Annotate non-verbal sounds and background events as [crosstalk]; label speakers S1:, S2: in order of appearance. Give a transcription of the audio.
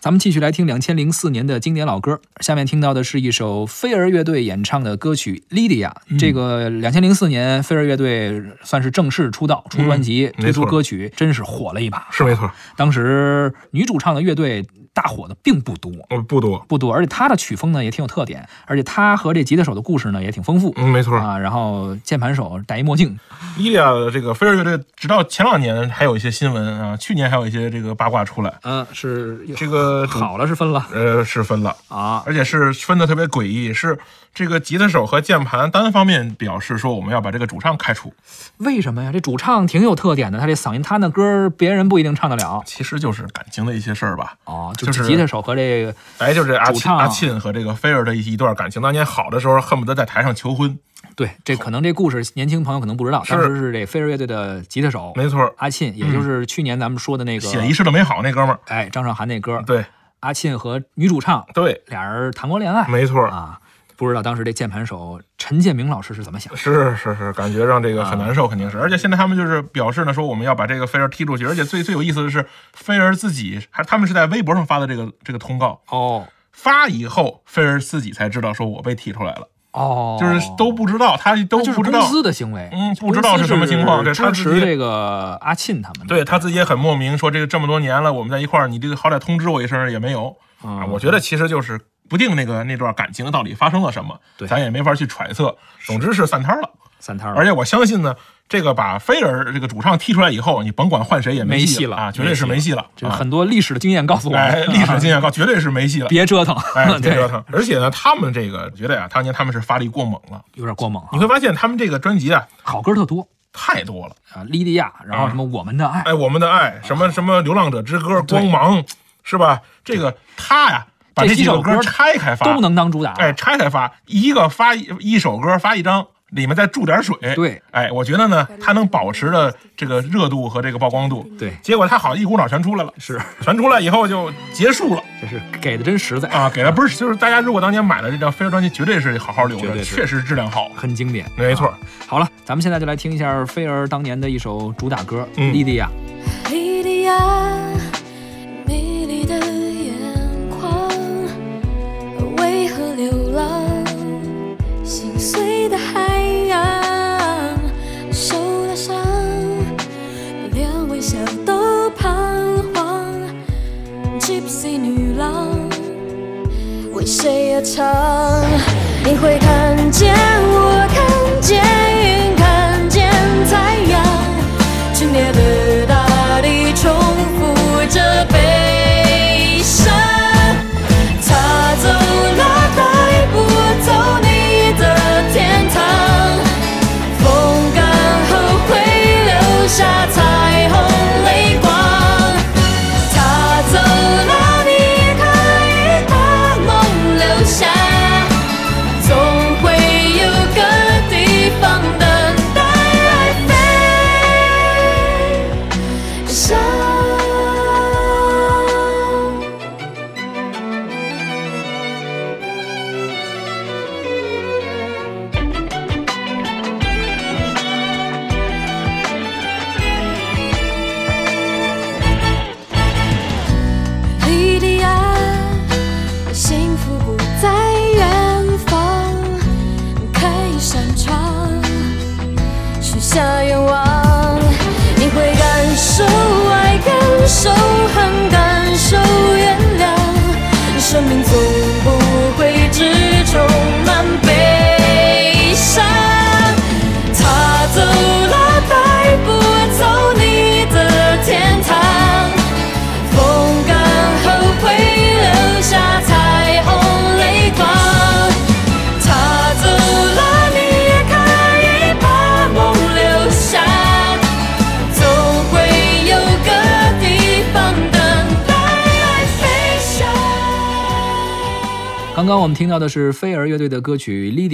S1: 咱们继续来听两千零四年的经典老歌，下面听到的是一首飞儿乐队演唱的歌曲《Lydia》。这个两千零四年，飞儿乐队算是正式出道，出专辑，
S2: 嗯
S1: 推
S2: 没
S1: 出
S2: 错
S1: 歌曲，真是火了一把。
S2: 是没错，
S1: 当时女主唱的乐队大火的并不多，
S2: 呃，不多，
S1: 不多，而且她的曲风呢也挺有特点，而且她和这吉他手的故事呢也挺丰富。
S2: 嗯，没错。
S1: 啊，然后键盘手戴一墨镜，
S2: 伊利亚的这个飞儿乐队，直到前两年还有一些新闻啊，去年还有一些这个八卦出来，
S1: 嗯，是
S2: 这个主
S1: 好了是分了
S2: 呃是分了，
S1: 啊，
S2: 而且是分的特别诡异，是这个吉他手和键盘单方面表示说我们要把这个主唱开除，
S1: 为什么呀？这主唱挺有特点的，他这嗓音，他那歌儿别人不一定唱得了
S2: 其实就是感情的一些事儿吧。
S1: 哦，就
S2: 就是
S1: 是吉他手和这个
S2: 哎，就是阿
S1: 主
S2: 沁
S1: 唱啊
S2: 阿沁和这个菲儿的一一段感情，当年好的时候恨不得在台上求婚，
S1: 对，这可能这故事年轻朋友可能不知道，
S2: 是
S1: 当时是这飞儿乐队的吉他手
S2: 没错儿，
S1: 阿沁，也就是去年咱们说的那个
S2: 写一世的美好那哥们儿，
S1: 哎张韶涵那歌，
S2: 对
S1: 阿沁和女主唱
S2: 对，
S1: 俩人谈过恋爱
S2: 没错儿，
S1: 啊，不知道当时这键盘手陈建明老师是怎么想的。
S2: 是是是，感觉让这个很难受，肯定是。
S1: 啊
S2: 而且现在他们就是表示呢，说我们要把这个菲儿踢出去。而且最最有意思的是，菲儿自己还他们是在微博上发的这个这个通告，
S1: 哦
S2: 发以后菲儿自己才知道说我被踢出来了，
S1: 哦，
S2: 就是都不知道，他都
S1: 那就是
S2: 不知
S1: 公
S2: 道，
S1: 司的行为，
S2: 嗯，不知道是什么情况。
S1: 公
S2: 这
S1: 司
S2: 他
S1: 是支
S2: 自
S1: 持
S2: 己。
S1: 这个阿沁他们的。
S2: 对他自己也很莫名，说这个这么多年了，我们在一块儿，你这个好歹通知我一声也没有啊。
S1: 嗯
S2: 我觉得其实就是不定那个那段感情到底发生了什么
S1: 对，
S2: 咱也没法去揣测。总之是散摊儿了。
S1: 散摊儿了，
S2: 而且我相信呢，这个把菲儿这个主唱踢出来以后，你甭管换谁也
S1: 没戏
S2: 戏
S1: 了
S2: 啊，绝对是
S1: 没
S2: 没戏了。
S1: 这
S2: 啊
S1: 很啊多历史的经验告诉我
S2: 哎，
S1: 们，嗯
S2: 历史经验告，绝对是没
S1: [laughs]
S2: 戏了。
S1: 别折腾，
S2: 哎，别
S1: 对，
S2: 折腾。而且呢，他们这个觉得呀，当年他们是发力过猛了。
S1: 有点过猛啊。
S2: 你会发现他们这个专辑啊
S1: 好歌特多
S2: 太多了。
S1: 啊，莉迪亚，然后什么我们的爱，
S2: 哎，我们的爱，什么什么流浪者之歌，
S1: 对
S2: 光芒，是吧？这个他呀，把
S1: 这
S2: 这
S1: 几
S2: 几
S1: 首
S2: 首歌
S1: 歌
S2: 拆开发，
S1: 都能当主打。
S2: 哎，拆开发，一个发一一首歌发一张，里面再注点水。
S1: 对，
S2: 哎，我觉得呢，它能保持着这个热度和这个曝光度。
S1: 对，
S2: 结果他好像一股脑全出来了，
S1: 是，
S2: [laughs] 全出来以后就结束了
S1: 这是给的真实在，
S2: 啊，给了不是，就是大家如果当年买了这张飞儿专辑，绝对是好好留
S1: 绝
S2: 着，
S1: 对是
S2: 确实质量好，
S1: 很经典。
S2: 没错
S1: 啊。好了，咱们现在就来听一下菲儿当年的一首主打歌《
S2: 嗯
S1: 莉迪亚》。
S3: 莉迪亚，迷离的眼眶，为何流浪？心碎的海洋，受了伤，连微笑都彷徨。Gypsy 女郎，为谁而唱？你会看见我，看见云，看见太阳，炽烈的大地重复着悲伤。他走了，带不走你的天堂。风干后会留下彩虹泪光。他走了，你可以把梦留下，总会有个地方等待爱飞翔。莉迪亚，幸福不在远方，可以擅长许下愿望。你会感受爱，感受恨，感受原谅。生命总不会只充满悲伤。他走了，带不走你的天堂。风干后会留下彩虹泪光。他走了，你也可以把梦留下，总会有个地方等待爱飞翔。
S1: 刚刚我们听到的是菲儿乐队的歌曲《莉迪》。